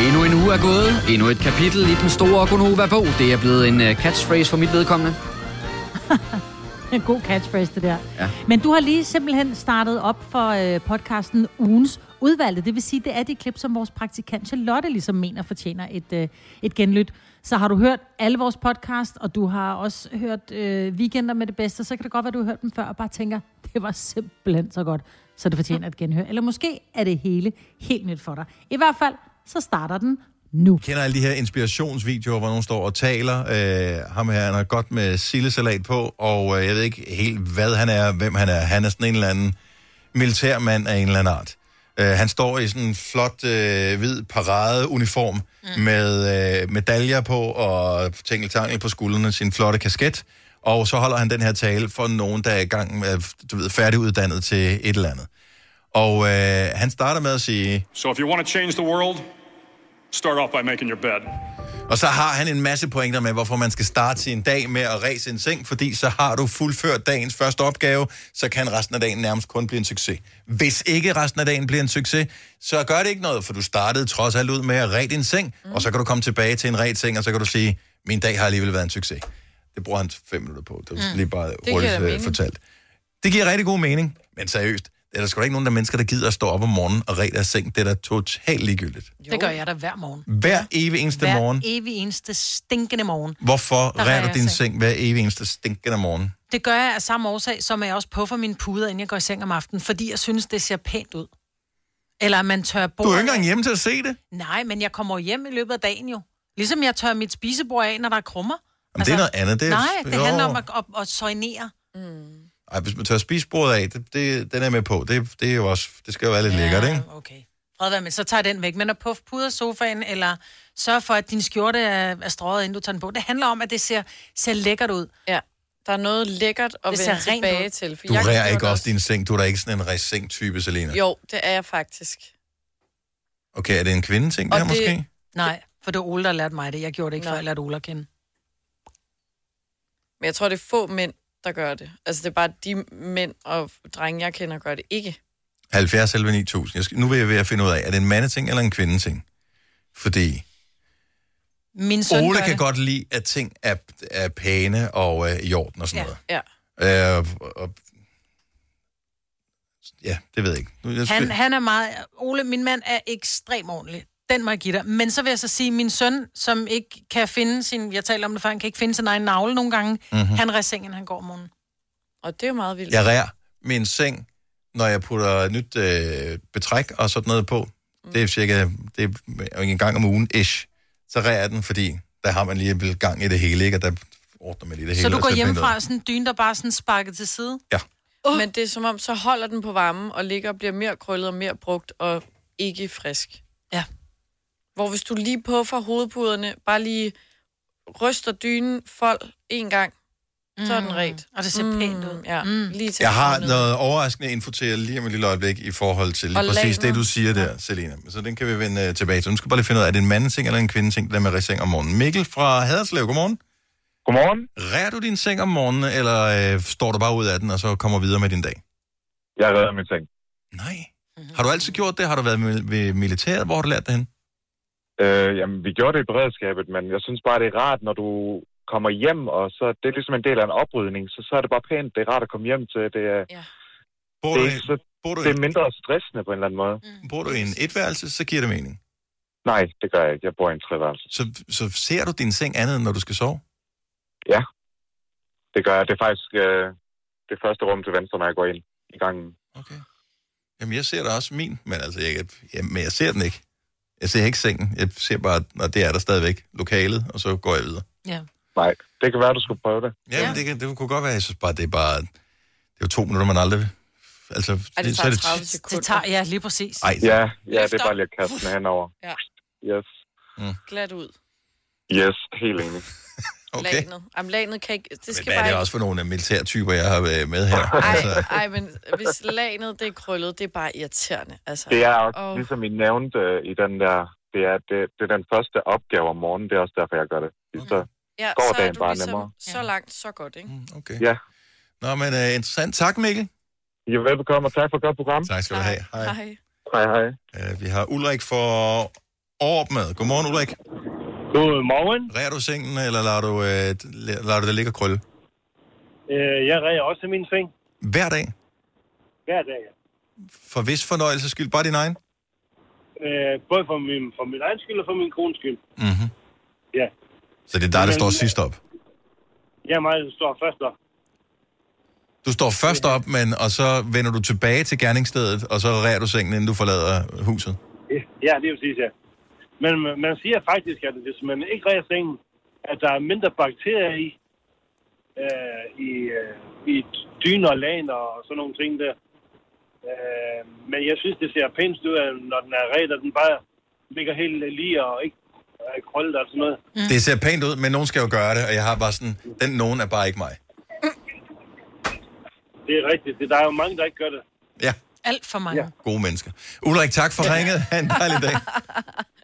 Endnu en uge er gået, endnu et kapitel i den store Gonova-bog. Det er blevet en øh, catchphrase for mit vedkommende. En god catchphrase, det der. Ja. Ja. Men du har lige simpelthen startet op for øh, podcasten Ugens Udvalgte. Det vil sige, det er det klip, som vores praktikant Charlotte ligesom mener fortjener et, øh, et genlyt. Så har du hørt alle vores podcast, og du har også hørt øh, Weekender med det bedste, så kan det godt være, du har hørt dem før og bare tænker, det var simpelthen så godt, så det fortjener et genhør. Eller måske er det hele helt nyt for dig. I hvert fald, så starter den nu. kender alle de her inspirationsvideoer, hvor nogen står og taler. Øh, ham her, han har godt med sillesalat på, og øh, jeg ved ikke helt, hvad han er, hvem han er. Han er sådan en eller anden militærmand af en eller anden art. Øh, han står i sådan en flot øh, hvid paradeuniform mm. med øh, medaljer på og tingeltangel på skuldrene, sin flotte kasket. Og så holder han den her tale for nogen, der er i gang med, du ved, færdiguddannet til et eller andet. Og øh, han starter med at sige, So if you want to change the world, start off by making your bed. Og så har han en masse pointer med, hvorfor man skal starte sin dag med at ræse en seng, fordi så har du fuldført dagens første opgave, så kan resten af dagen nærmest kun blive en succes. Hvis ikke resten af dagen bliver en succes, så gør det ikke noget, for du startede trods alt ud med at ræde din seng, mm. og så kan du komme tilbage til en ræd seng, og så kan du sige, min dag har alligevel været en succes. Det bruger han fem minutter på, det er mm. lige bare giver hurtigt da øh, mening. fortalt. Det giver rigtig god mening, men seriøst, er der sgu da ikke nogen der mennesker, der gider at stå op om morgenen og ræde deres seng. Det er da totalt ligegyldigt. Det gør jeg da hver morgen. Hver evig eneste Hver morgen. evig eneste stinkende morgen. Hvorfor Der rærer rærer du jeg din seng. seng hver evig eneste stinkende morgen? Det gør jeg af samme årsag, som jeg også puffer mine puder, inden jeg går i seng om aftenen, fordi jeg synes, det ser pænt ud. Eller man tør Du bordet. er jo ikke engang hjemme til at se det. Nej, men jeg kommer jo hjem i løbet af dagen jo. Ligesom jeg tør mit spisebord af, når der er krummer. Jamen, det er noget andet. Det er, Altså, Nej, det jo. handler om at, at, at soignere. Ej, hvis man tør spise bordet af, det, det, den er jeg med på. Det, det, er jo også, det skal jo være lidt ja. lækkert, ikke? Ja, Okay. Fred være med, så tager jeg den væk. Men at puffe puder sofaen, eller sørg for, at din skjorte er, er strøget, inden du tager den på. Det handler om, at det ser, ser lækkert ud. Ja. Der er noget lækkert at Det ser vende rent tilbage ud. til. For Du jeg kan rærer gjort ikke også din seng. Du er da ikke sådan en ræs-seng-type, Selina. Jo, det er jeg faktisk. Okay, er det en kvindeting, det Og her det- måske? Nej, for det var Ole, der lærte mig det. Jeg gjorde det ikke, Nå. før jeg lærte Ole at kende. Men jeg tror, det er få mænd, der gør det. Altså, det er bare de mænd og drenge, jeg kender, gør det ikke. 70 11 9000. Jeg skal, nu vil jeg ved at finde ud af, er det en mandeting eller en kvindeting? Fordi Min søn Ole gør kan det. godt lide, at ting er, er pæne og øh, i orden og sådan Ja. noget. Ja. Øh, og, ja, det ved jeg ikke. Nu- Jeg Han, han er meget... Ole, min mand er ekstremt ordentlig. Den må jeg give dig. Men så vil jeg så sige, at min søn, som ikke kan finde sin... Jeg taler om det før, han kan ikke finde sin egen navle nogle gange. Mm-hmm. Han ræser sengen, han går om morgenen. Og det er jo meget vildt. Jeg rærer min seng, når jeg putter nyt øh, betræk og sådan noget på. Mm. Det er cirka det er en gang om ugen, ish. Så rærer jeg den, fordi der har man lige vel gang i det hele, ikke? Og der ordner man lige det hele. Så du og går finder hjemmefra ud. og sådan en dyne, der bare er sådan sparket til side. Ja. Uh. Men det er som om, så holder den på varmen og ligger og bliver mere krøllet og mere brugt og ikke frisk. Ja. Hvor hvis du lige puffer hovedpuderne, bare lige ryster dynen fold en gang, så er den ret. Og det ser mm. pænt ud. Ja, mm. lige til Jeg har hovedet. noget overraskende info til jer lige om et lille øjeblik i forhold til lige Og præcis laner. det, du siger der, Selina. Så den kan vi vende øh, tilbage til. Nu skal vi bare lige finde ud af, er det en mandeting eller en kvindeting, det der med at rære seng om morgenen. Mikkel fra Haderslev, godmorgen. Godmorgen. Rærer du din seng om morgenen, eller øh, står du bare ud af den, og så kommer videre med din dag? Jeg redder min seng. Nej. Har du altid gjort det? Har du været mil- ved militæret? Hvor har du lært det hen? Øh, jamen, vi gjorde det i beredskabet, men jeg synes bare, det er rart, når du kommer hjem, og så det er ligesom en del af en oprydning, så, så er det bare pænt, det er rart at komme hjem til. Det er, Bor det du, er, i, ikke så, bor du, det i, er mindre stressende på en eller anden måde. bor du i en etværelse, så giver det mening. Nej, det gør jeg ikke. Jeg bor i en treværelse. Så, så ser du din seng andet, end når du skal sove? Det gør jeg. Det er faktisk øh, det første rum til venstre, når jeg går ind i gangen. Okay. Jamen, jeg ser da også min, men altså, jeg, jeg, men jeg ser den ikke. Jeg ser ikke sengen. Jeg ser bare, når det er der stadigvæk, lokalet, og så går jeg videre. Nej, det kan være, du skulle prøve det. Jamen, ja. Ja. det, kan, det kunne godt være, jeg synes bare, det er bare, det er jo to minutter, man aldrig... Altså, Ej, det så tager ti- 30 sekunder. Det tager, ja, lige præcis. Ej, Ja, ja det Løfter. er bare lige at kaste den henover. Ja. Yes. glat ud. Yes, helt enig. okay. Okay. Lanet. Jamen, lanet kan ikke... Det Men skal hvad er bare det ikke... også for nogle øh, militærtyper, jeg har øh, med her? Ej, ej, men hvis lanet det er krøllet, det er bare irriterende. Altså. Det er også, Og- oh. ligesom I nævnte øh, i den der, det er, det, det er den første opgave om morgenen, det er også derfor, jeg gør det. Okay. Så ja, går så er dagen du bare ligesom nemmere. så langt, så godt, ikke? Mm, Okay. Ja. Nå, men uh, interessant. Tak, Mikkel. I er velbekomme, og tak for et godt program. Tak skal du have. Hej. Hej. Hej, hej. Uh, vi har Ulrik for Aarup med. Godmorgen, Ulrik. Godmorgen. Rærer du sengen, eller lader du, øh, la- lader du det ligge og krølle? Øh, jeg reger også i min seng Hver dag. hver dag. For vis fornøjelses skyld. Bare din egen. Øh, både for min, for min egen skyld og for min kones skyld. Mm-hmm. Ja. Så det er dig, der Jamen, står øh, sidst op. Jeg er meget stor først op. Du står først op, men, og så vender du tilbage til gerningsstedet, og så rærer du sengen, inden du forlader huset. Ja, det er præcis, ja. Men man- man siger faktisk, at hvis man ikke reger sengen, at der er mindre bakterier i, øh, i, øh, i dyner og lagen og sådan nogle ting der. Øh, men jeg synes, det ser pænt ud, at når den er ret, og den bare ligger helt lige og ikke er krøllet og sådan noget. Mm. Det ser pænt ud, men nogen skal jo gøre det, og jeg har bare sådan, den nogen er bare ikke mig. Det er rigtigt. Det- Der er jo mange, der ikke gør det. Ja, Alt for mange. Ja. gode mennesker. Ulrik, tak for ringet. Ha' en dejlig dag. Det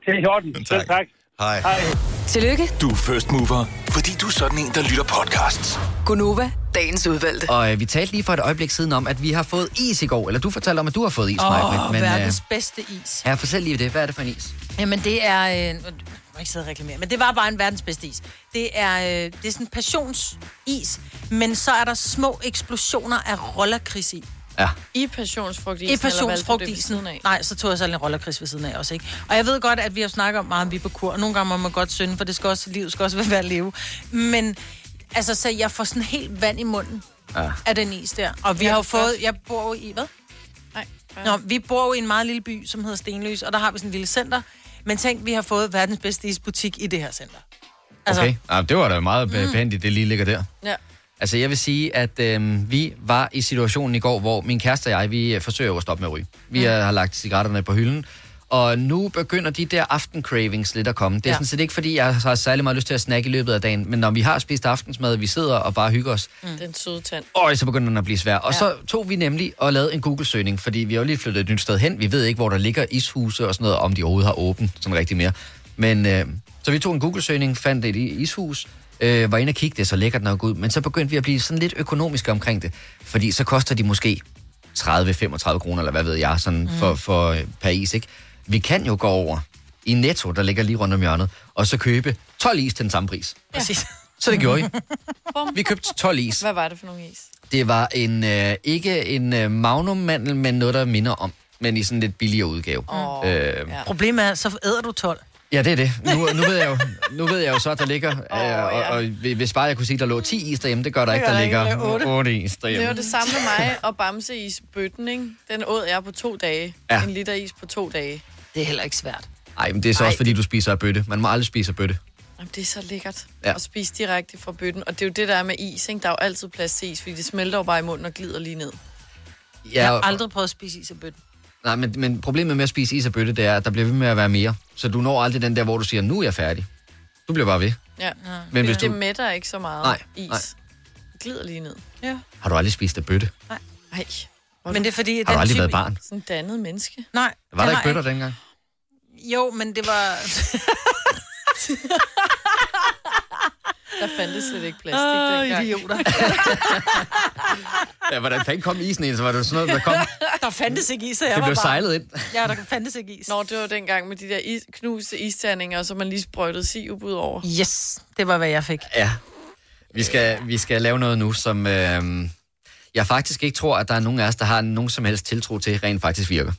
er i orden. Tak. Selv tak. Hej. Hej. Tillykke, Du er first mover, fordi du er sådan en, der lytter podcasts. Gunova, dagens udvalgte. Og øh, vi talte lige for et øjeblik siden om, at vi har fået is i går. Eller du fortalte om, at du har fået is, Åh, Maja. oh, Men øh, verdens bedste is. ja, fortæl lige det. Hvad er det for en is? Jamen, det er... Øh, nu må jeg ikke sidde og reklamere, men det var bare en verdens bedste is. Det er, øh, det er sådan en passionsis, men så er der små eksplosioner af rollerkris i. Ja. I passionsfrugtisen? I eller valgte du det ved passionsfrugtisen. siden af? Nej, så tog jeg så en rollerkris ved siden af også, ikke? Og jeg ved godt, at vi har snakket om meget om Viberkur, og nogle gange må man godt synde, for det skal også, livet skal også være værd at leve. Men altså, så jeg får sådan helt vand i munden Ja. af den is der. Og vi har jo fået, jeg bor jo i, hvad? Nej. Nå, vi bor jo i en meget lille by, som hedder Stenløs, og der har vi sådan en lille center. Men tænk, vi har fået verdens bedste isbutik i det her center. Altså, Okay. Ja, det var da meget behændigt, det lige ligger der. Ja. Altså, jeg vil sige, at øh, vi var i situationen i går, hvor min kæreste og jeg, vi øh, forsøger jo at stoppe med at ryge. Vi mm. har lagt cigaretterne på hylden, og nu begynder de der aftencravings lidt at komme. Det er ja. Ja. sådan set ikke, fordi jeg har særlig meget lyst til at snakke i løbet af dagen, men når vi har spist aftensmad, vi sidder og bare hygger os, Den søde tand. og så begynder den at blive svær. Og ja. så tog vi nemlig og lavede en Google-søgning, fordi vi har jo lige flyttet et nyt sted hen. Vi ved ikke, hvor der ligger ishuse og sådan noget, om de overhovedet har åbent sådan rigtig mere. Men øh, så vi tog en Google-søgning, fandt et i- ishus, øh, var inde og kigge det, er så lækkert nok ud. Men så begyndte vi at blive sådan lidt økonomiske omkring det, fordi så koster de måske 30-35 kroner, eller hvad ved jeg, sådan mm. for, for øh, per is, ikke? Vi kan jo gå over i Netto, der ligger lige rundt om hjørnet, og så købe 12 is til den samme pris. præcis. Så det gjorde vi. Vi købte 12 is. Hvad var det for nogle is? Det var en øh, ikke en øh, magnummandel, men noget, der minder om. Men i sådan en lidt billigere udgave. Oh, øh, ja. ja. Problemet er, så æder du 12. ja, det er det. Nu, nu, ved jeg jo, nu ved jeg jo så, at der ligger... Øh, og, og, hvis bare jeg kunne sige, at der lå 10 is derhjemme, det gør der ikke, gør der der ikke, ligger der ligger 8. otte. 8 is Det var derhjemme. det samme med mig og Bamse is bøtten, ikke? Den åd jeg på to dage. Ja. En liter is på to dage. Det er heller ikke svært. Nej, men det er så Ej. også, fordi du spiser af bøtte. Man må aldrig spise af bøtte. Jamen, det er så lækkert Ja. ja. at spise direkte fra bøtten. Og det er jo det, der er med is, ikke? Der er jo altid plads til is, fordi det smelter jo bare i munden og glider lige ned. Jeg har og- aldrig prøvet at spise is af bøtten. Nej, men, men problemet med at spise is af bøtte, det er, at der bliver ved med at være mere. Så du når aldrig den der, hvor du siger, nu er jeg færdig. Du bliver bare ved. Ja. Men hvis Det du... mætter ikke så meget Nej, is. nej. Det Glider lige ned. Har du aldrig spist af bøtte? Ej, Men det er fordi, at Har du den aldrig type... været barn? sådan en dannet menneske. Nej. Var jeg der har ikke bøtter dengang? Jo, men det var... Der fandtes slet ikke plastik oh, dengang. idioter. Ja, hvordan fanden kom isen ind? Så var det sådan noget, der kom... Der fandtes ikke is, og jeg Det var blev barn. sejlet ind. Ja, der fandtes ikke is. Nå, det var dengang med de der is, knuste isterninger, og så man lige sprøjtede sirup ud over. Yes, det var, hvad jeg fik. Ja. Vi skal, vi skal lave noget nu, som øh, jeg faktisk ikke tror, at der er nogen af os, der har nogen som helst tiltro til, rent faktisk virker.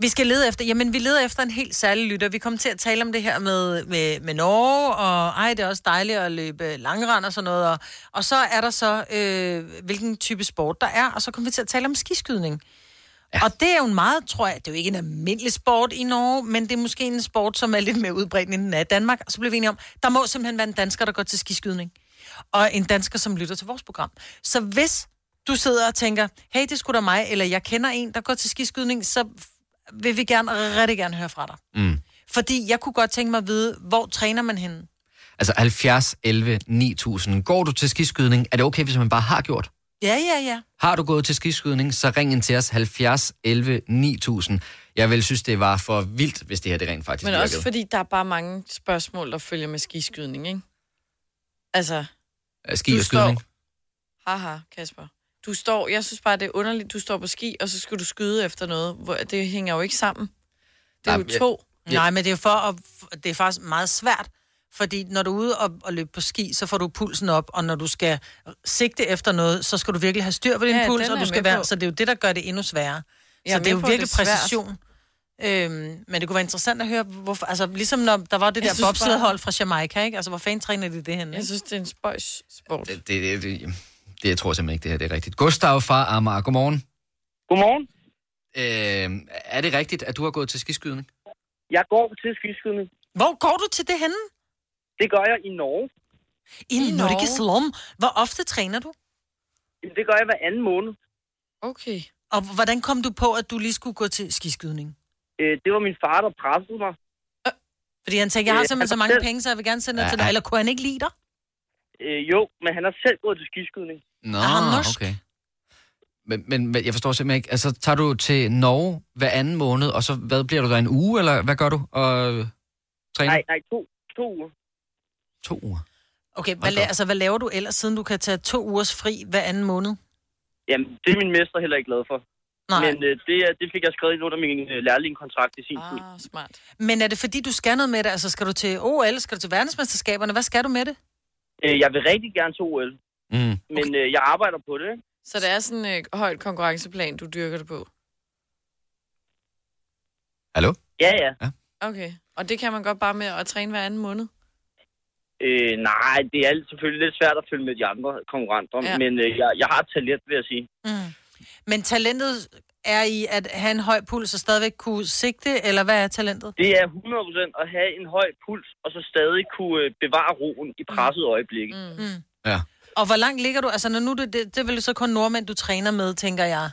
Vi skal lede efter, jamen vi leder efter en helt særlig lytter. Vi kom til at tale om det her med, med, med Norge, og ej, det er også dejligt at løbe langrand og sådan noget. Og, og så er der så, øh, hvilken type sport der er, og så kom vi til at tale om skiskydning. Ja. Og det er jo en meget, tror jeg, det er jo ikke en almindelig sport i Norge, men det er måske en sport, som er lidt mere udbredt end den er i Danmark. Og så blev vi enige om, der må simpelthen være en dansker, der går til skiskydning. Og en dansker, som lytter til vores program. Så hvis du sidder og tænker, hey, det skulle da mig, eller jeg kender en, der går til skiskydning, så vil vi gerne, rigtig gerne høre fra dig. Mm. Fordi jeg kunne godt tænke mig at vide, hvor træner man henne? Altså 70, 11, 9000. Går du til skiskydning? Er det okay, hvis man bare har gjort? Ja, ja, ja. Har du gået til skiskydning, så ring ind til os 70, 11, 9000. Jeg vil synes, det var for vildt, hvis det her det rent faktisk Men virkede. også fordi, der er bare mange spørgsmål, der følger med skiskydning, ikke? Altså, Ski du og skydning. haha, Kasper. Du står, jeg synes bare, det er underligt, du står på ski, og så skal du skyde efter noget. Hvor, det hænger jo ikke sammen. Det er Nej, jo men jeg- to. Ja. Nej, men det er for at, det er faktisk meget svært, fordi når du er ude og, og løbe på ski, så får du pulsen op, og når du skal sigte efter noget, så skal du virkelig have styr på din Ja, ja, den puls, er og du jeg skal med være, på. så det er jo det, der gør det endnu sværere. Jeg er så det er jo med på, at det virkelig er svært. præcision. Øhm, men det kunne være interessant at høre, hvorfor, altså ligesom når der var det Jeg der synes bare- bobsledhold fra Jamaica, ikke? Altså hvor fanden træner de det henne? Jeg synes, det er en spøjs sport. Det, det, det, det jeg tror simpelthen ikke, det her det er rigtigt. Gustav fra Amager, godmorgen. Godmorgen. Øh, er det rigtigt, at du har gået til skiskydning? Jeg går til skiskydning. Hvor går du til det henne? Det gør jeg i Norge. I, I Norge. Slum. Hvor ofte træner du? Jamen, Det gør jeg hver anden måned. Okay. Og hvordan kom du på, at du lige skulle gå til skiskydning? Øh, Det var min far, der pressede mig. Fordi han tænkte, jeg har Øh, simpelthen altså så mange selv- penge, så jeg vil gerne sende det Ja, til dig. ja. Eller kunne han ikke lide dig? Øh, Jo, men han har selv gået til skiskydning. Nå, Er han norsk? okay. Men, men men jeg forstår simpelthen ikke. Altså, tager du til Norge hver anden måned, og så hvad bliver du der en uge, eller hvad gør du? Og øh, træner? Nej, nej, to, to uger. To uger. Okay, hvad, la- altså, hvad laver du ellers, siden du kan tage to ugers fri hver anden måned? Jamen, det er min mester heller ikke glad for. Nej. Men øh, det, er- det fik jeg skrevet ind under min øh, lærlingkontrakt i sin ah, tid. smart. Men er det fordi, du skal noget med det? Altså, skal du til OL? Skal du til verdensmesterskaberne? Hvad skal du med det? Øh, Jeg vil rigtig gerne til OL, Mm. men øh, jeg arbejder på det. ikke? Så det er sådan et øh, højt konkurrenceplan, du dyrker det på? Hallo? Ja, ja. Okay. Og det kan man godt bare med at træne hver anden måned? Øh, nej, det er selvfølgelig lidt svært at følge med de andre konkurrenter, Ja. ja. men øh, jeg, jeg har et talent, vil jeg sige. Mm. Men talentet er i at have en høj puls og stadigvæk kunne sigte, eller hvad er talentet? Det er 100% at have en høj puls, og så stadig kunne øh, bevare roen i presset øjeblikke. Mm. Ja. Og hvor langt ligger du? Altså, når nu det, det, det er vel så kun nordmænd, du træner med, tænker jeg.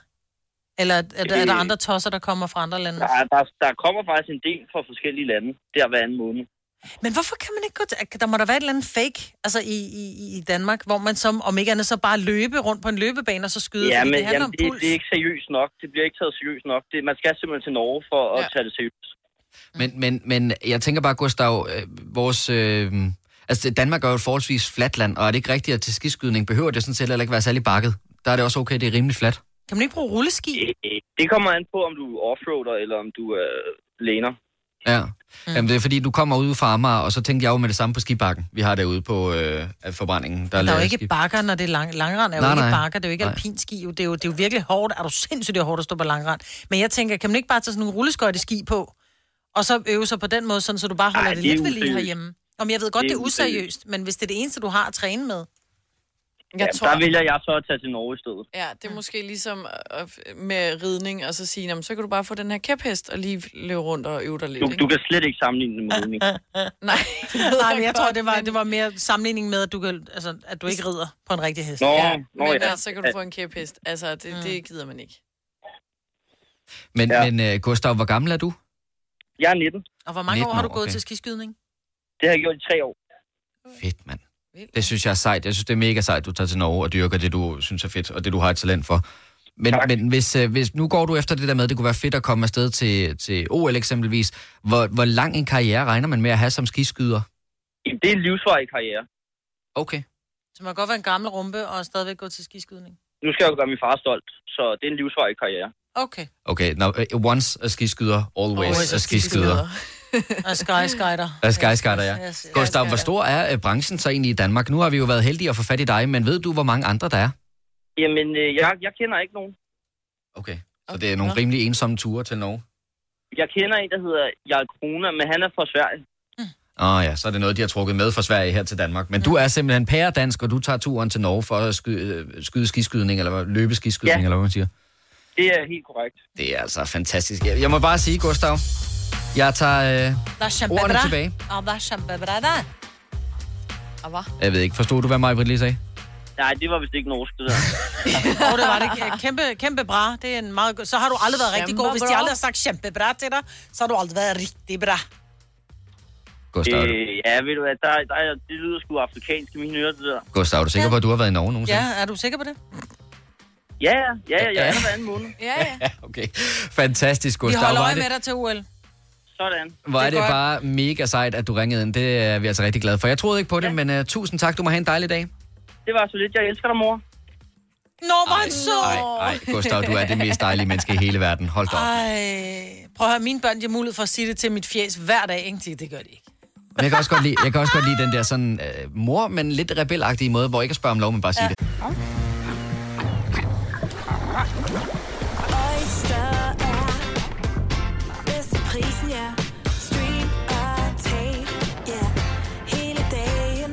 Eller er, er, der- er der Øh. andre tosser, der kommer fra andre lande? Der, der, der kommer faktisk en del fra forskellige lande, der hver anden måned. Men hvorfor kan man ikke gå til... Der må der være et eller andet fake, altså i, i, i Danmark, hvor man som, om ikke andet, så bare løbe rundt på en løbebane og så skyde, Ja, fordi men det handler jamen, om det, puls. det er ikke seriøst nok. Det bliver ikke taget seriøst nok. Det, man skal simpelthen til Norge for at ja. tage det seriøst. Men, men, men jeg tænker bare, Gustav, øh, vores... Øh, altså, Danmark er jo et forholdsvis fladt land, og er det ikke rigtigt, at til skiskydning behøver det sådan set heller ikke være særlig bakket? Der er det også okay, det er rimelig fladt. Kan man ikke bruge rulleski? Det kommer an på, om du er offroader eller om du øh, er læner. Ja. Mm. Jamen, det er fordi, du kommer ud fra Amager, og så tænkte jeg jo med det samme på skibakken, vi har derude på øh, forbrændingen. Der er jo lavet ikke skib. bakker, når det er lang, langrand. Er jo Nej, ikke nej. bakker, det er jo ikke Nej. alpinski. Jo. Det, er jo, det er jo virkelig hårdt. Er du sindssygt, det er hårdt at stå på langrand. Men jeg tænker, kan man ikke bare tage sådan nogle rulleskøjte ski på, og så øve sig på den måde, sådan, så du bare holder Ej, det, det er lidt ved lige useriøst. herhjemme? Om jeg ved godt, det Det er, er useriøst. useriøst, men hvis det er det eneste, du har at træne med. Jeg tror- Der vælger jeg så at tage til Norge i stedet. Ja, det er måske ligesom øh, øh, med ridning, og så sige, "Nå, men så kan du bare få den her kæphest og lige løbe rundt og øve dig lidt. Du, ikke? du kan slet ikke sammenligne Ah, det med ridning. Nej, Nej, men jeg tror, det var, det var mere sammenligning med, at du, kan, altså, at du ikke rider på en rigtig hest. Nå, Ja, nå men ja. der, så kan du få en kæphest. Altså, Mm. det, det gider man ikke. Men, ja. men øh, Gustav, hvor gammel er du? Jeg er 19. Og hvor mange år 19 har du år, gået okay. til skiskydning? Det har jeg gjort i tre år. Fedt, mand. Det synes jeg er sejt. Jeg synes, det er mega sejt, du tager til Norge og dyrker det, du synes er fedt, og det, du har et talent for. Men, men hvis, øh, hvis, nu går du efter det der med, at det kunne være fedt at komme afsted til, til OL eksempelvis. Hvor, hvor lang en karriere regner man med at have som skiskyder? Jamen, det er en livsvarig karriere. Okay. Så man kan godt være en gammel rumpe og stadigvæk gå til skiskydning. Nu skal jeg jo gøre min far stolt, så det er en livsvarig karriere. Okay. Okay, no, once er skiskyder, always, always er skiskyder. og skyskyder. Er skyskatter, ja. Yes, yes. Gustav, hvor stor er øh, branchen så egentlig i Danmark? Nu har vi jo været heldige at få fat i dig, men ved du, hvor mange andre der er? Jamen, øh, jeg, jeg kender ikke nogen. Okay. Så det er nogle rimelig ensomme ture til Norge. Jeg kender en, der hedder Jarl Krona, men han er fra Sverige. Åh oh, ja, så er det noget, de har trukket med fra Sverige her til Danmark. Men mm. du er simpelthen pæredansk, og du tager turen til Norge for at skyde, øh, skyde skiskydning, eller hvad- løbe skiskydning, ja. eller hvad man siger. Det er helt korrekt. Det er altså fantastisk. Jeg, jeg må bare sige, Gustav, jeg tager... Øh, Der er Ordene shambabra. tilbage. Og der er shambabra der. Og hvad? jeg ved ikke, forstod du, hvad mig lige sagde? Nej, det var vist ikke norsk, det der. Åh, det var det. ikke. Kæmpe, kæmpe bra. Det er en meget god. Så har du aldrig været rigtig god. Hvis de Shambabra. aldrig har sagt kæmpe bra til dig, så har du aldrig været rigtig bra. Gustav, øh. Øh, ja, ved du hvad, der, der, er- det lyder sgu afrikansk i mine ører, det der. Gustav, er du sikker på, at du har været i Norge nogensinde? Ja, er du sikker på det? Ja, ja, ja, jeg er Ja. der hver anden måned. Ja, ja. Okay. Fantastisk, Vi Gustav. holder Hvor er øje det- med dig til OL. Sådan. Hvor er det godt. bare mega sejt, at du ringede ind. Det er vi altså rigtig øh, glade for. Jeg troede ikke på det, ja. men uh, tusind tak. Du må have en dejlig dag. Det var så lidt. Jeg elsker dig, mor. Nå, hvor er han sød. Nej, Gustav, du er det mest dejlige menneske i hele verden. Hold da op. Ej, prøv at høre, mine børn, de har mulighed for at sige det til mit fjes hver dag, ikke? Det- Det gør de ikke. Men jeg kan også godt lide, jeg kan også godt lide den der sådan øh, mor, men lidt rebelagtige måde, hvor ikke at spørge om lov, men bare sige det. Oyster er bedst til prisen, ja. Stream og tag, ja. Hele dagen.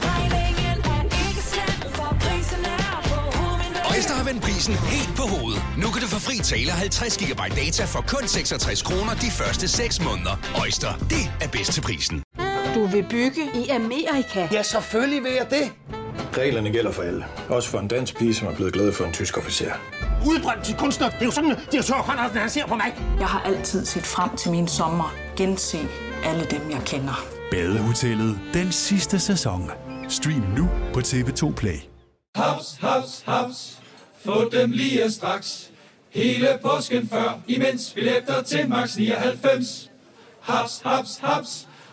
Regningen er ikke slem, for prisen er på hovedet. Øjster har vendt prisen helt på hovedet. Nu kan du få fri tale 50 GB data for kun 66 kroner de første 6 måneder. Øjster, det er bedst til prisen. Du vil bygge i Amerika? Ja, selvfølgelig vil jeg det. Reglerne gælder for alle. Også for en dansk pige, som er blevet glad for en tysk officer. Udbrændt til kunstner. Det er jo sådan, at de har tørt, han ser på mig. Jeg har altid set frem til min sommer, gense alle dem, jeg kender. Badehotellet den sidste sæson. Stream nu på TV2 Play. Haps, haps, haps. Få dem lige straks. Hele påsken før, imens vi læfter til max 99. Haps, haps, haps.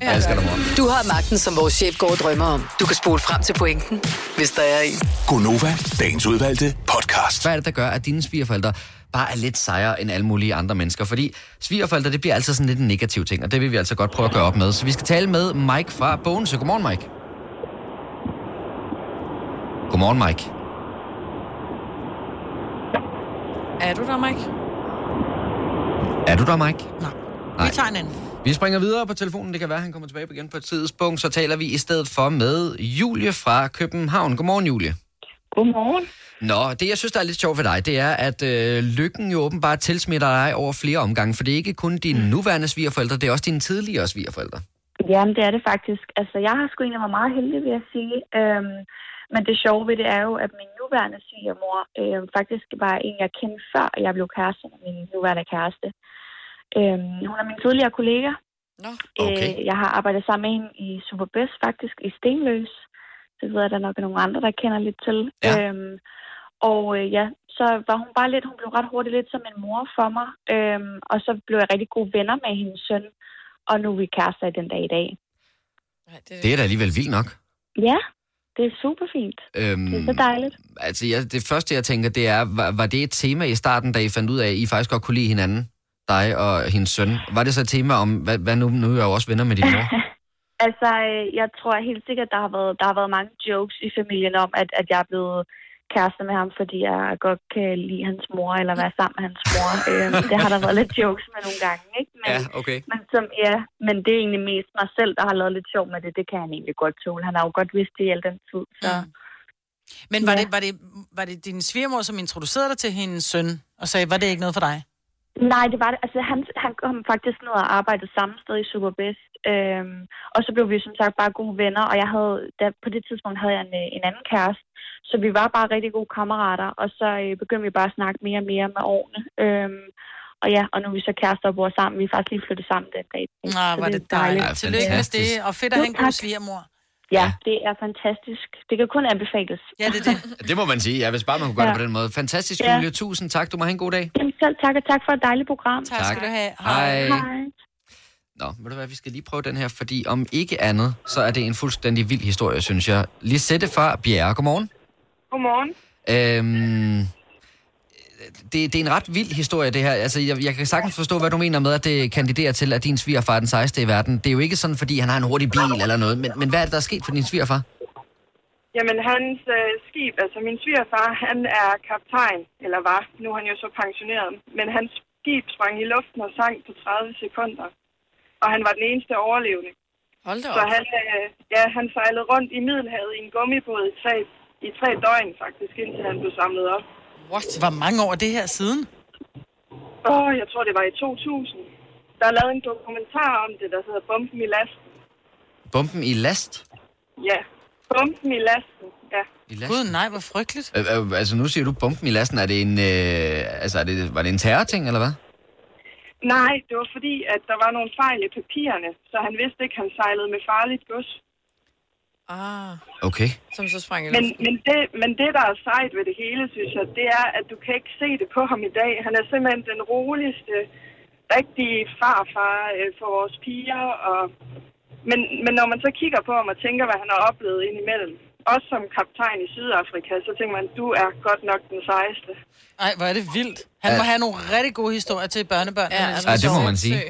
Jeg elsker dig, mor. Du har magten, som vores chef går og drømmer om. Du kan spole frem til pointen, hvis der er en. Gonova, dagens udvalgte podcast. Hvad er det, der gør, at dine svigerforældre bare er lidt sejere end alle mulige andre mennesker? Fordi svigerforældre, det bliver altid sådan lidt en negativ ting, og det vil vi altså godt prøve at gøre op med. Så vi skal tale med Mike fra Bogen. Så godmorgen, Mike. Godmorgen, Mike. Er du der, Mike? Er du der, Mike? Nej. Vi tager en anden. Vi springer videre på telefonen. Det kan være, at han kommer tilbage igen på et tidspunkt. Så taler vi i stedet for med Julie fra København. Godmorgen, Julie. Godmorgen. Nå, det jeg synes, der er lidt sjovt ved dig, det er, at øh, lykken jo åbenbart tilsmitter dig over flere omgange, for det er ikke kun dine nuværende svigerforældre, det er også dine tidligere svigerforældre. Jamen, det er det faktisk. Altså, jeg har sgu egentlig været meget heldig, vil jeg sige. Øhm, men det sjove ved det er jo, at min nuværende svigermor øh, faktisk var en, jeg kendte før, jeg blev kæreste med min nuværende kæreste. Øhm, hun er min tidligere kollega. Nå, okay. øh, jeg har arbejdet sammen med hende i Superbest, faktisk, i Stenløs. Det ved jeg, der er nok nogle andre, der kender lidt til. Ja. Øhm, og øh, ja, så var hun bare lidt, hun blev ret hurtigt lidt som en mor for mig. Øhm, og så blev jeg rigtig gode venner med hendes søn. Og nu er vi kærester i den dag i dag. Det er da alligevel vildt nok. Ja, det er super fint. Det er Øhm, så dejligt. altså, jeg, det første, jeg tænker, det er, var, var det et tema i starten, da I fandt ud af, at I faktisk godt kunne lide hinanden, dig og hendes søn? Var det så et tema om, hvad, hvad nu, nu er jeg jo også venner med din mor? Altså, øh, jeg tror helt sikkert, der har været, der har været mange jokes i familien om, at, at jeg er blevet kærester med ham, fordi jeg godt kan lide hans mor, eller være sammen med hans mor. øhm, det har der været lidt jokes med nogle gange, ikke? Men, Ja, okay. men, som, ja, men det er egentlig mest mig selv, der har lavet lidt sjov med det. Det kan han egentlig godt tåle. Han har jo godt vidst det i al den tid, så... Men var, ja. det, var, det, var det din svigermor, som introducerede dig til hendes søn, og sagde, var det ikke noget for dig? Nej, det var det. Altså, han, han kom faktisk ned og arbejdede samme sted i Superbest. Øhm, og så blev vi som sagt bare gode venner, og jeg havde, da, på det tidspunkt havde jeg en, øh, en anden kæreste. Så vi var bare rigtig gode kammerater, og så øh, begyndte vi bare at snakke mere og mere med årene. Øhm, og ja, og nu er vi så kærester og bor sammen. Vi er faktisk lige flyttet sammen den dag. Nå, Så var det dejligt. Ja, Tillykke med fantastisk. det, og fedt at Jo, have en god tak. svigermor. Ja, det er fantastisk. Det kan kun anbefales. Ja, det er det. Det må man sige, ja, hvis bare man kunne gøre ja. Ja. det på den måde. Fantastisk, Ja. Julie. Tusind tak. Du må have en god dag. Jamen selv tak, og tak for et dejligt program. Tak skal Tak. du have. Hej. Hej. Hej. Nå, ved du hvad, vi skal lige prøve den her, fordi om ikke andet, så er det en fuldstændig vild historie, synes jeg. Lisette fra Bjerre, godmorgen. Godmorgen. Øhm, det, det er en ret vild historie, det her. Altså, jeg, jeg kan sagtens forstå, hvad du mener med, at det kandiderer til, at din svigerfar er den sejeste i verden. Det er jo ikke sådan, fordi han har en hurtig bil eller noget, men, men hvad er det, der er sket for din svigerfar? Jamen, hans øh, skib, altså min svigerfar, han er kaptajn, eller var. Nu er han jo så pensioneret. Men hans skib sprang i luften og sank på 30 sekunder. Og han var den eneste overlevende. Hold da Så op. han, øh, ja, han sejlede rundt i Middelhavet i en gummibåd i tre, i tre døgn, faktisk, indtil han blev samlet op. What? Hvor mange år er det her siden? Åh, jeg tror, det var i 2000. Der er lavet en dokumentar om det, der hedder Bomben i last. Bomben i last? Ja, Bomben i lasten, ja. I last? Gud, nej, hvor frygteligt. Øh, øh, altså, nu siger du bomben i lasten. Er det en, øh, altså, er det, var det en terrorting, eller hvad? Nej, det var fordi, at der var nogle fejl i papirerne, så han vidste ikke, han sejlede med farligt gods. Ah, Okay. som så sprang i Men, luften. men, det, men det, der er sejt ved det hele, synes jeg, det er, at du kan ikke se det på ham i dag. Han er simpelthen den roligste, rigtige farfar øh, for vores piger. Og... Men, men når man så kigger på ham og tænker, hvad han har oplevet indimellem, også som kaptajn i Sydafrika, så tænker man, du er godt nok den sejeste. Ej, hvor er det vildt. Han ja. må Ja. have nogle rigtig gode historier til børnebørn. Ja, altså, Ja, det må man sige.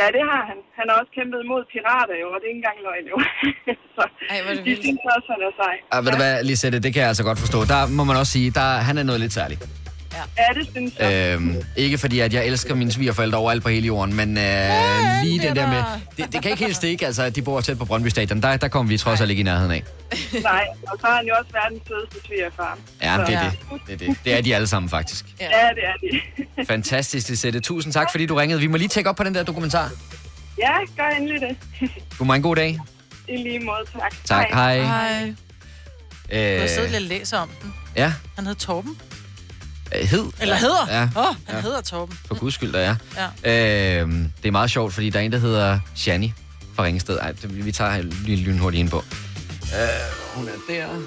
Ja, det har han. Han har også kæmpet mod pirater jo, og det er ikke engang løgn jo. så Ej, hvor er det de synes også, han er sej. Ah, ved du hvad, Lisette, det kan jeg altså godt forstå. Der må man også sige, der, han er noget lidt særlig. Ja, ja det synes jeg. Øhm, ikke fordi, at jeg elsker mine svigerforældre overalt på hele jorden, men øh, lige den der med... Det, det kan ikke helt stikke, altså, at de bor tæt på Brøndby Stadion. Der, der kommer vi trods alt ikke i nærheden af. Nej, og så er han jo også verdens sødeste svigerfar. Ja, men det er Så- det. Det er, det. det er de alle sammen, faktisk. Ja, ja det er det. Fantastisk, Lisette. Tusind tak, fordi du ringede. Vi må lige tjekke op på den der dokumentar. ja, gør endelig det. Du må have en god dag. I lige måde, tak. Tak, hej. Hej. Du har Øh, siddet lidt og læser om den. ja, Han hed Torben. øh, hed. Eller hedder. Ja, Åh, oh, han ja. hedder Torben. For guds skyld, der er. Ja. Øh, det er meget sjovt, fordi der er en, der hedder Shani fra Ringsted. Ej, det, vi tager lige lynhurtigt ind på. Øh, hun er der.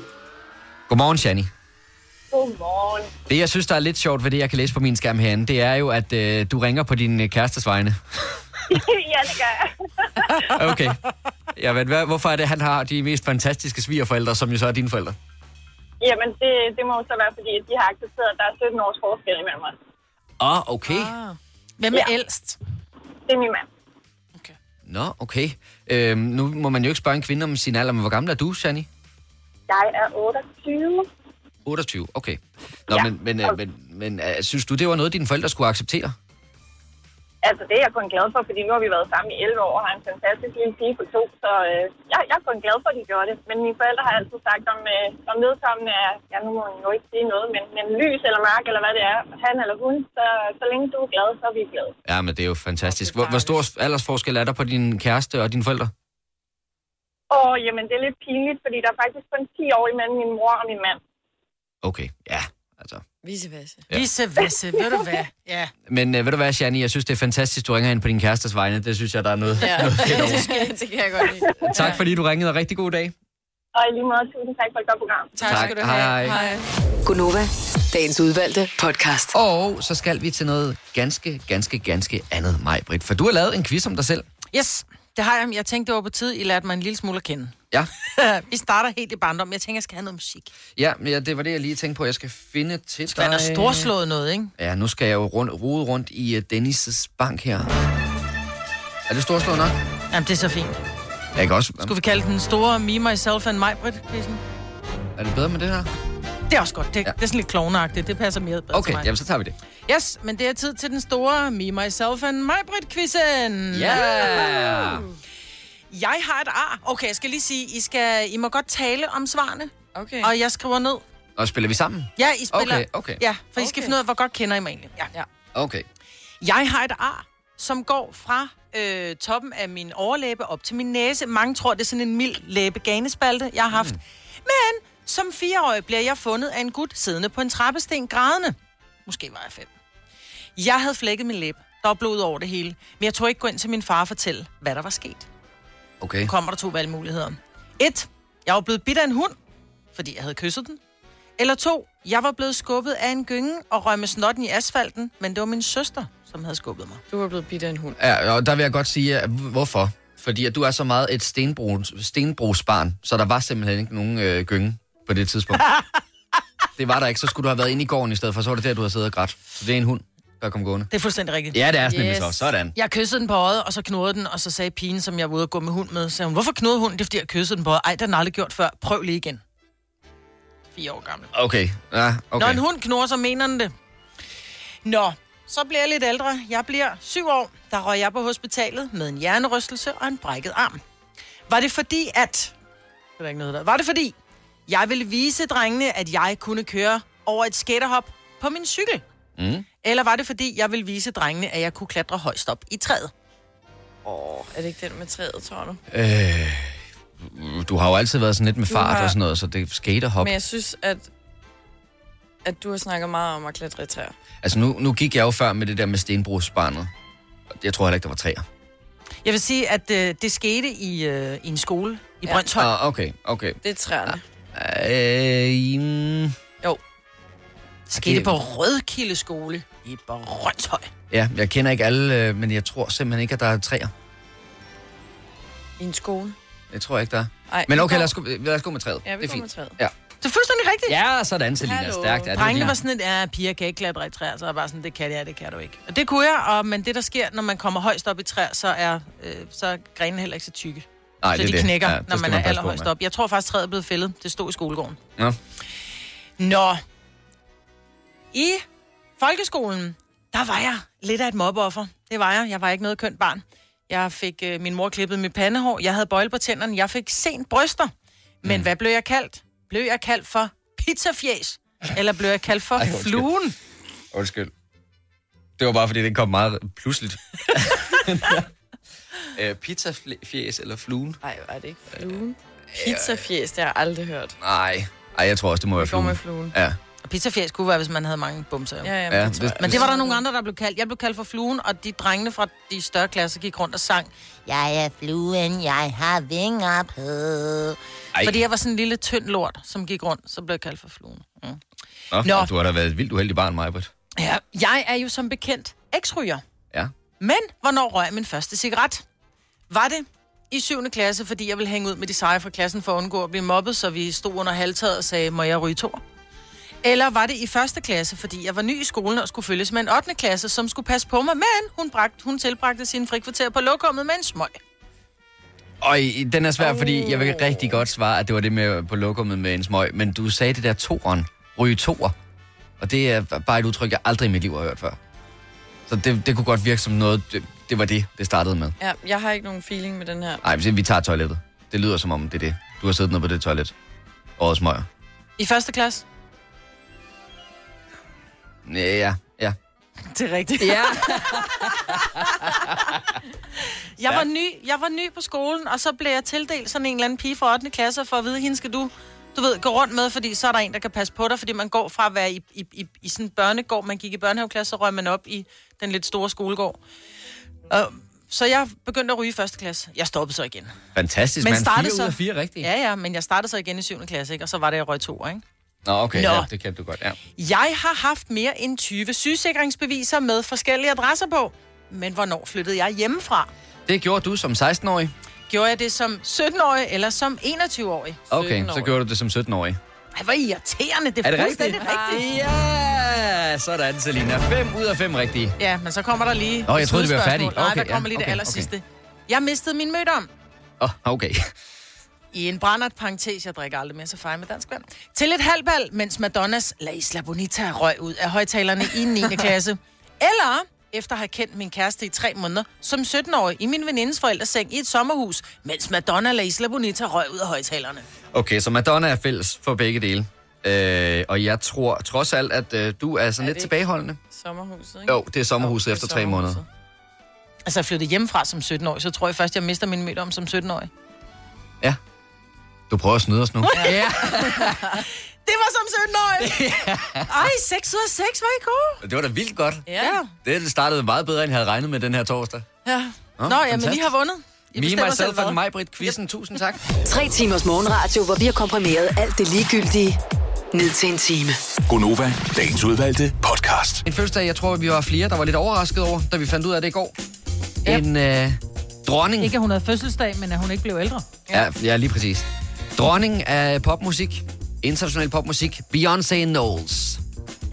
Godmorgen, Shani. Godmorgen. Det, jeg synes, der er lidt sjovt ved det, jeg kan læse på min skærm herinde, det er jo, at øh, du ringer på din øh, kærestes vegne. ja, det gør jeg. Okay. Ja, men hvad, hvorfor er det, han har de mest fantastiske svigerforældre, som jo så er dine forældre? Jamen, det, det må jo så være, fordi de har accepteret, at der er 17 års forskel imellem os. Åh, oh, Ah. okay. Ah. Hvem er ja. ældst? Det er min mand. Nå, okay. Øhm, nu må man jo ikke spørge en kvinde om sin alder, men hvor gammel er du, Shani? Jeg er 28. 28, okay. Nå, ja. men, men, øh, men, men øh, synes du, det var noget, dine forældre skulle acceptere? Altså, det er jeg kun glad for, fordi nu har vi været sammen i 11 år og har en fantastisk lille pige på to, så øh, jeg, jeg er kun glad for, at de gjorde det. Men mine forældre har altid sagt, om, øh, om vedkommende er, ja, nu må jeg jo ikke sige noget, men, men lys eller mørk eller hvad det er, han eller hun, så, så længe du er glad, så er vi glade. Ja, men det er jo fantastisk. Hvor, hvor stor aldersforskel er der på din kæreste og dine forældre? Åh, jamen, det er lidt pinligt, fordi der er faktisk kun 10 år imellem min mor og min mand. Okay, ja. altså. Vice versa. Ja. Visse vasse, ved du hvad? Ja. Men øh, ved du hvad, Shani, jeg synes, det er fantastisk, du ringer ind på din kærestes vegne. Det synes jeg, der er noget. Ja. noget fedt over. Det skal- det kan jeg godt lide. tak fordi du ringede, og rigtig god dag. Og i lige måde, tusind tak for et godt program. Tak Tak. skal du have. Hej. Hej. Gunova, dagens udvalgte podcast. Og så skal vi til noget ganske, ganske, ganske andet, mig, Britt. For du har lavet en quiz om dig selv. Yes, det har jeg. Jeg tænkte, det var på tid, I lærte mig en lille smule at kende. Ja. Vi starter helt i barndom. Jeg tænker, jeg skal have noget musik. Ja, men ja, det var det, jeg lige tænkte på. Jeg skal finde til Det skal være noget storslået noget, ikke? Ja, nu skal jeg jo rundt, rode rundt i uh, Dennis' bank her. Er det storslået nok? Jamen, det er så fint. Jeg kan også... Skulle vi kalde den store Me, Myself and My, Britt? -quizzen? Er det bedre med det her? Det er også godt. Det, ja. det er sådan lidt klovneagtigt. Det passer mere bedre til Okay, mig. jamen så tager vi det. Yes, men det er tid til den store Me, Myself and My, Britt quizzen Ja! Jeg har et ar. Okay, jeg skal lige sige, I, skal, I må godt tale om svarene. Okay. Og jeg skriver ned. Og spiller vi sammen? Ja, I spiller. Okay, okay. Ja, for I skal finde ud af, hvor godt kender I mig egentlig. Ja. ja. Okay. Jeg har et ar, som går fra øh, toppen af min overlæbe op til min næse. Mange tror, det er sådan en mild læbeganespalte, jeg har haft. Mm. Men som fireårig bliver jeg fundet af en gut siddende på en trappesten grædende. Måske var jeg fem. Jeg havde flækket min læbe. Der var blod over det hele. Men jeg tror ikke gå ind til min far og fortælle, hvad der var sket. Okay. Nu kommer der to valgmuligheder. Et, jeg var blevet bidt af en hund, fordi jeg havde kysset den. Eller to, jeg var blevet skubbet af en gynge og røg med snotten i asfalten, men det var min søster, som havde skubbet mig. Du var blevet bidt af en hund. Ja, og der vil jeg godt sige, at hvorfor? Fordi at du er så meget et stenbrugs, stenbrugsbarn, så der var simpelthen ikke nogen øh, gynge på det tidspunkt. det var der ikke, så skulle du have været inde i gården i stedet for, så var det der, du havde siddet og grædt. Så det er en hund, der kom gående. Det er fuldstændig rigtigt. Ja, det er sådan yes. så. Sådan. Jeg kyssede den på øjet, og så knurrede den, og så sagde pigen, som jeg var ude at gå med hund med, sagde hun, hvorfor knurrede hunden? Det er, fordi jeg kyssede den på øjet. Ej, det har den aldrig gjort før. Prøv lige igen. Fire år gammel. Okay, ja, Okay. Når okay. en hund knurrer, så mener den det. Nå, så bliver jeg lidt ældre. Jeg bliver syv år. Der røg jeg på hospitalet med en hjernerystelse og en brækket arm. Var det fordi, at... Det er der ikke noget der. Var det fordi, jeg ville vise drengene, at jeg kunne køre over et skaterhop på min cykel? Mm. Eller var det fordi, jeg ville vise drengene, at jeg kunne klatre højst op i træet? Åh, er det ikke den med træet, tror du? Øh, du har jo altid været sådan lidt med Du fart har- og sådan noget, så det er skaterhop. Men jeg synes, at, at du har snakket meget om at klatre i træer. Altså nu, nu gik jeg jo før med det der med stenbrugsbarnet. Jeg tror heller ikke, der var træer. Jeg vil sige, at øh, det skete i, øh, i en skole i ja. Brøndshøj. Ah, okay, okay. Det er træerne. Øh, mm, Jo. Skete det- på Rødkilde skole i Brøndshøj. ja, jeg kender ikke alle, øh, men jeg tror simpelthen ikke, at der er træer. I en skole. Jeg tror ikke, der er. Ej, men vi okay, går- lad os, gå, lad os gå med træet. Ja, vi det er går fint. med træet. Ja. Det er fuldstændig rigtigt. Ja, sådan, Selina. Stærkt. Ja, det er Drengene fint. var sådan et, ja, piger kan ikke klatre i træer, så jeg bare sådan, det kan jeg, det kan du ikke. Og det kunne jeg, og, men det der sker, når man kommer højst op i træer, så er, øh, så er grenene heller ikke så tykke. Nej, så det er de det. knækker, Ja, ja, det når skal man man er passe på allerhøjst med. op. Jeg tror faktisk, træet er blevet fældet. Det stod i skolegården. Nå. Nå. I folkeskolen, der var jeg lidt af et mobbeoffer. Det var jeg. Jeg var ikke noget kønt barn. Jeg fik øh, min mor klippet mit pandehår. Jeg havde bøjle på tænderne. Jeg fik sent bryster. Men mm. hvad blev jeg kaldt? Blev jeg kaldt for pizzafjæs? Eller blev jeg kaldt for Ej, Ej, undskyld. fluen? Undskyld. Det var bare, fordi den kom meget pludseligt. øh, pizzafjæs eller fluen? Nej, var det Øh, ikke fluen? Pizzafjæs, det har jeg aldrig hørt. Nej. Ej, jeg tror også, det må være går fluen. med fluen. Ja. Pizzafjæs kunne være, hvis man havde mange bumser. jo. Ja, ja, men Ja, det tror det- jeg. Men det var der nogle andre, der blev kaldt. Jeg blev kaldt for fluen, og de drengene fra de større klasser gik rundt og sang. Jeg er fluen, jeg har vinger på. Ej. Fordi jeg var sådan en lille tynd lort, som gik rundt, så blev jeg kaldt for fluen. Mm. Nå, Nå. Nå. du har da været et vildt uheldig barn, Majbert. Ja, jeg er jo som bekendt eksryger. Ja. Men hvornår røg jeg min første cigaret? Var det i 7. klasse, fordi jeg ville hænge ud med de seje fra klassen for at undgå at blive mobbet, så vi stod under halvtaget og sagde, må jeg ryge to? Eller var det i første klasse, fordi jeg var ny i skolen og skulle følges med en 8. klasse, som skulle passe på mig, men hun, bragte, hun tilbragte sine frikvarter på lokummet med en smøg. Og i- den er svær, fordi jeg vil rigtig godt svare, at det var det med på lokummet med en smøg, men du sagde det der toren, ryge toer. Og det er bare et udtryk, jeg aldrig i mit liv har hørt før. Så det, det kunne godt virke som noget, det, det var det, det startede med. Ja, jeg har ikke nogen feeling med den her. Nej, vi tager toilettet. Det lyder som om, det er det. Du har siddet nede på det toilet. Årets møger. I første klasse? Ja, ja, ja. Det er rigtigt. Ja. jeg, var ny, jeg var ny på skolen, og så blev jeg tildelt sådan en eller anden pige fra 8. klasse, for at vide, hende skal du, du ved, gå rundt med, fordi så er der en, der kan passe på dig, fordi man går fra at være i, i, i, i sådan en børnegård, man gik i børnehaveklasse, så røg man op i den lidt store skolegård. Og, så jeg begyndte at ryge i første klasse. Jeg stoppede så igen. Fantastisk, mand. Fire ud af fire, rigtigt? Ja, ja, men jeg startede så igen i 7. klasse, ikke? og så var det, jeg røg to, ikke? Nå, okay, Nå. Ja, det kan du godt, ja. Jeg har haft mere end 20 sygesikringsbeviser med forskellige adresser på. Men hvornår flyttede jeg hjemmefra? Det gjorde du som 16-årig. Gjorde jeg det som 17-årig eller som 21-årig? Okay, så gjorde du det som 17-årig. Ej, hvor irriterende. Det er, Er det fuldstændig rigtigt? Ja, sådan, Selina. 5 ud af 5 rigtige. Ja, men så kommer der lige Nå, jeg et troede, vi var slutspørgsmål. færdige. Nej, Okay, der kommer ja, lige okay, det aller sidste. Jeg mistede min mødt om. Åh, oh, okay. I en brændert parentes, jeg drikker aldrig mere så fejl med dansk vand. Til et halvbal, mens Madonnas La Isla Bonita røg ud af højtalerne i 9. klasse. Eller efter at have kendt min kæreste i tre måneder, som 17-årig i min venindes forældres seng i et sommerhus, mens Madonna La Isla Bonita røg ud af højtalerne. Okay, så Madonna er fælles for begge dele. Øh, og jeg tror trods alt, at øh, du er sådan lidt tilbageholdende. Sommerhuset, ikke? Jo, det er sommerhuset efter tre måneder. Altså, jeg flyttede hjemmefra som 17-årig, så tror jeg først, jeg mister min mødt om som 17-årig. Du prøver at snyde os nu. Ja. det var som 17-årig! Ej, 6 ud af 6 var I gode. Det var da vildt godt. Ja. Det startede meget bedre, end jeg havde regnet med den her torsdag. ja. Nå, Nå, Nå ja, men I fantastisk. har vundet. I Me, bestemmer myself hvad. and mig, Britt Quizzen. Tusind tak. Tre timers morgenradio, hvor vi har komprimeret alt det ligegyldige ned til en time. Gonova, dagens udvalgte podcast. En fødselsdag, jeg tror, vi var flere, der var lidt overrasket over, da vi fandt ud af det i går. En øh, dronning. Ikke at hun havde fødselsdag, men at hun ikke blev ældre. Ja, ja, lige præcis. Dronning af popmusik, international popmusik, Beyoncé Knowles,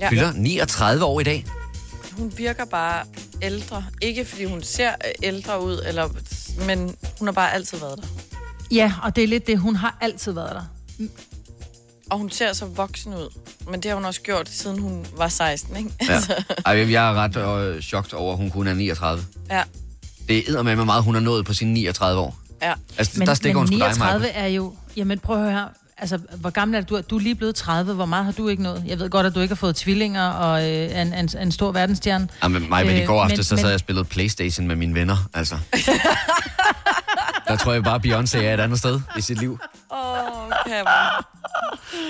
ja. fylder 39 år i dag. Hun virker bare ældre. Ikke fordi hun ser øh, ældre ud, eller, men hun har bare altid været der. Ja, og det er lidt det. Hun har altid været der. Og hun ser så voksen ud. Men det har hun også gjort, siden hun var 16, ikke? Ja. Altså, Ej, jeg er ret øh, chokt over, at hun kun er 39. ja, Det er med, hvor meget hun har nået på sine 39 år. ja. Altså, men, der stikker hun sgu dig, Maja. er jo... Jamen, prøv at høre her. Altså, hvor gammel er du? Du er lige blevet 30. Hvor meget har du ikke nået? Jeg ved godt, at du ikke har fået tvillinger og øh, er en, er en, er en stor verdensstjerne. Jamen, mig, men i Øh, går men- aftes, så sad men- jeg og spillede Playstation med mine venner, altså. der tror jeg bare, Beyoncé er et andet sted i sit liv. Åh, oh,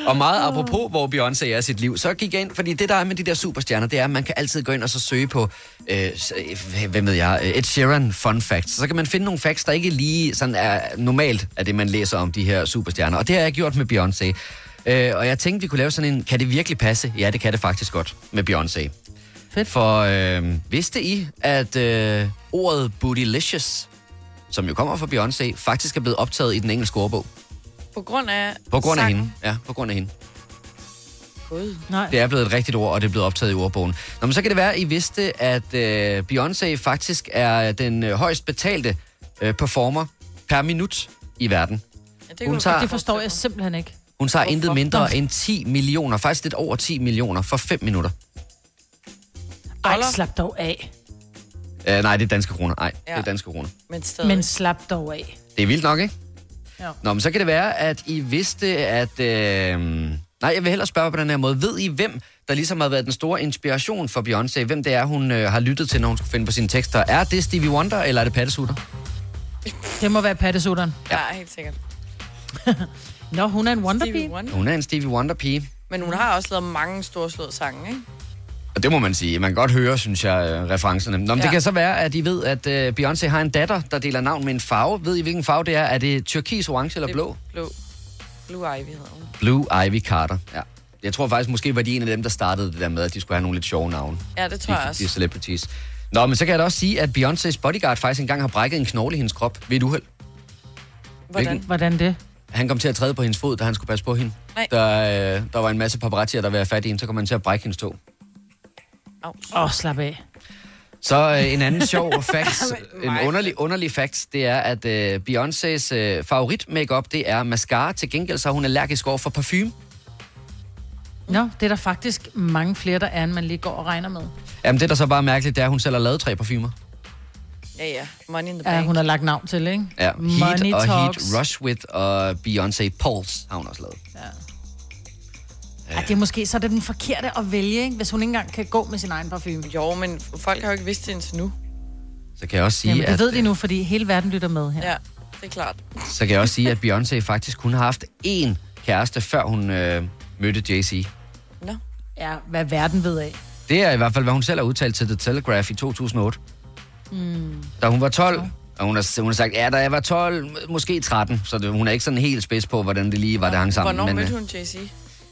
Og meget apropos, hvor Beyoncé er i sit liv, så gik jeg ind, fordi det der er med de der superstjerner, det er, at man kan altid gå ind og så søge på, øh, s- øh, hvem ved jeg, øh, Ed Sheeran fun facts. Så kan man finde nogle facts, der ikke lige sådan er normalt af det, man læser om de her superstjerner. Og det har jeg gjort med Beyoncé. Øh, og jeg tænkte, vi kunne lave sådan en, kan det virkelig passe? Ja, det kan det faktisk godt med Beyoncé. Fedt. For øh, vidste I, at øh, ordet bootylicious, som jo kommer fra Beyoncé, faktisk er blevet optaget i den engelske ordbog? På grund af... På grund af sangen. hende. Ja, på grund af hende. Gud. Nej. Det er blevet et rigtigt ord, og det er blevet optaget i ordbogen. Nå, men så kan det være, at I vidste, at øh, Beyoncé faktisk er den øh, højst betalte øh, performer per minut i verden. Det, Hun kunne tager- tager... det forstår jeg simpelthen ikke. Hun tager intet mindre end 10 millioner, faktisk lidt over 10 millioner, for 5 minutter. Ej, slap dog af. Øh, nej, det er danske kroner. Nej, ja. Ja. det er danske kroner. Men stadig. Men slap dog af. Det er vildt nok, ikke? Ja. Nå, men så kan det være, at I vidste, at... Øh... Nej, jeg vil hellere spørge på den her måde. Ved I, hvem der ligesom har været den store inspiration for Beyoncé? Hvem det er, hun øh, har lyttet til, når hun skulle finde på sine tekster? Er det Stevie Wonder, eller er det Pattesutter? Det må være pattesutteren. Ja, helt sikkert. Nå, hun er en Stevie wonderbeam. Wonder. Hun er en Stevie Wonder-pige. Men hun har også lavet mange storslåede sange, ikke? Og det må man sige. Man kan godt høre, synes jeg, øh, referencerne. Nå, men ja. Ja. det kan så være, at I ved, at øh, Beyoncé har en datter, der deler navn med en farve. Ved I, hvilken farve det er? Er det turkis, orange eller blå? Blå. Blue Ivy hedder hun. Blue Ivy Carter, ja. Jeg tror faktisk, måske var de en af dem, der startede det der med, at de skulle have nogle lidt sjove navne. Ja, det tror de, jeg også. De celebrities. Nå, men så kan jeg da også sige, at Beyoncé's bodyguard faktisk engang har brækket en knogle i hendes krop ved et uheld. Hvilken? Hvordan det? Han kom til at træde på hendes fod, da han skulle passe på hende. Nej. Der, øh, der var en masse paparazzier, der var fat i hende, så kom han til at brække hendes tog. Åh, oh, slap af. Så øh, en anden sjov fact, Men en mig. underlig, underlig fact, det er, at øh, Beyoncé's øh, favorit makeup det er mascara. Til gengæld så er hun allergisk over for parfume. Nå, det er der faktisk mange flere, der er, end man lige går og regner med. Jamen det, der så bare er mærkeligt, det er, at hun selv har lavet tre parfumer. Ja, ja. Money in the Ja, Bank. hun har lagt navn til, ikke? Ja, Heat Money og talks. Heat Rush With og Beyoncé Pulse har hun også lavet. Ja, det er måske så er det den forkerte at vælge, ikke? hvis hun ikke engang kan gå med sin egen parfume. Jo, men folk har jo ikke vidst det indtil nu. Så kan jeg også sige, Jamen, det at, ved de nu, fordi hele verden lytter med her. Ja, det er klart. så kan jeg også sige, at Beyoncé faktisk kun har haft én kæreste, før hun øh, mødte Jay-Z. Nå. Ja, hvad verden ved af. Det er i hvert fald, hvad hun selv har udtalt til The Telegraph i 2008. Mm. Da hun var 12, og hun har, hun har sagt, ja, da jeg var 12, må- måske 13, så det, hun er ikke sådan helt spids på, hvordan det lige var, det hang sammen. Hvornår øh, mødte hun Jay-Z?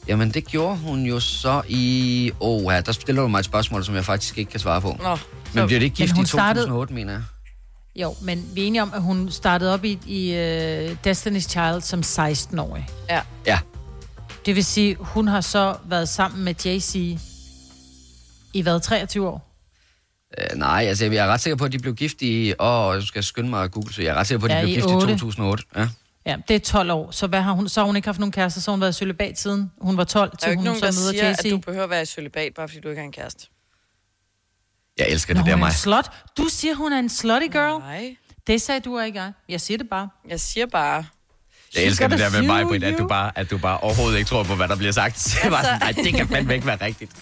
Jamen, det gjorde hun jo så i... Åh, oh, ja, der stiller du mig et spørgsmål, som jeg faktisk ikke kan svare på. Nå. Men bliver det ikke Men gift i hun 2008, startede- mener jeg? Jo, men vi er enige om, at hun startede op i, i uh, Destiny's Child som 16-årig. Ja. Ja. Det vil sige, hun har så været sammen med Jay-Z i hvad, 23 år? Øh, nej, altså jeg er ret sikker på, at de blev gift i... Åh, jeg skal skynde mig at google, så jeg er ret sikker på, at de Ja, blev i gift i 8. 2008. Ja. Ja, det er 12 år. Så, hvad har hun, så har hun ikke haft nogen kærester, så har hun været i cølibat siden hun var 12, Der er jo til ikke hun nogen, så der møder siger, at Jay-Z. du behøver at være i cølibat, bare fordi du ikke har en kæreste. Jeg elsker Nå, det der, hun er mig. en slut. Du siger, hun er en slutty girl. Nej. Det sagde du og ikke jeg. Jeg siger det bare. Jeg siger bare... Jeg elsker det der med mig, Britt, at du, bare, at du bare overhovedet ikke tror på, hvad der bliver sagt. Altså... Jeg var sådan, nej, det kan fandme ikke være rigtigt.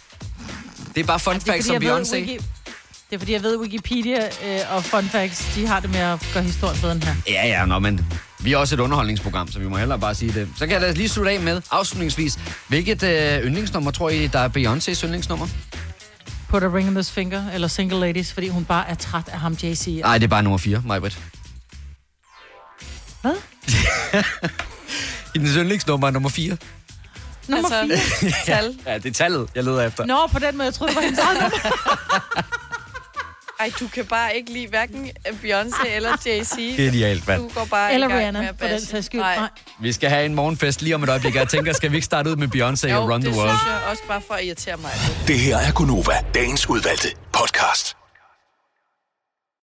Det er bare fun Det er, facts som fordi jeg ved, Beyoncé. Wiki... det er fordi, jeg ved, Wikipedia øh, og Fun Facts, de har det med at gøre historien bedre end her. Ja, ja, nå, men vi er også et underholdningsprogram, så vi må hellere bare sige det. Så kan jeg da lige slutte af med, afslutningsvis, hvilket øh, yndlingsnummer tror I, der er Beyoncé's yndlingsnummer? Put a ring in this finger, eller single ladies, fordi hun bare er træt af ham, Jay-Z. Ah. Nej, det er bare nummer 4, Majbrit. Hvad? I den yndlingsnummer er nummer 4. Nummer altså, 4. Tal. ja, det er tallet, jeg leder efter. Nå, på den måde, jeg troede, det var hendes eget nummer. Ej, du kan bare ikke lide hverken Beyoncé eller Jay-Z. Genialt, mand. Du går bare i Eller gang Rihanna, med at for den bashe. sags skyld. Nej, Nej. Vi skal have en morgenfest lige om et øjeblik, og jeg tænker, skal vi ikke starte ud med Beyoncé jo, og Run det the World? synes jeg også bare for at irritere mig. Det her er Gunova, dagens udvalgte podcast.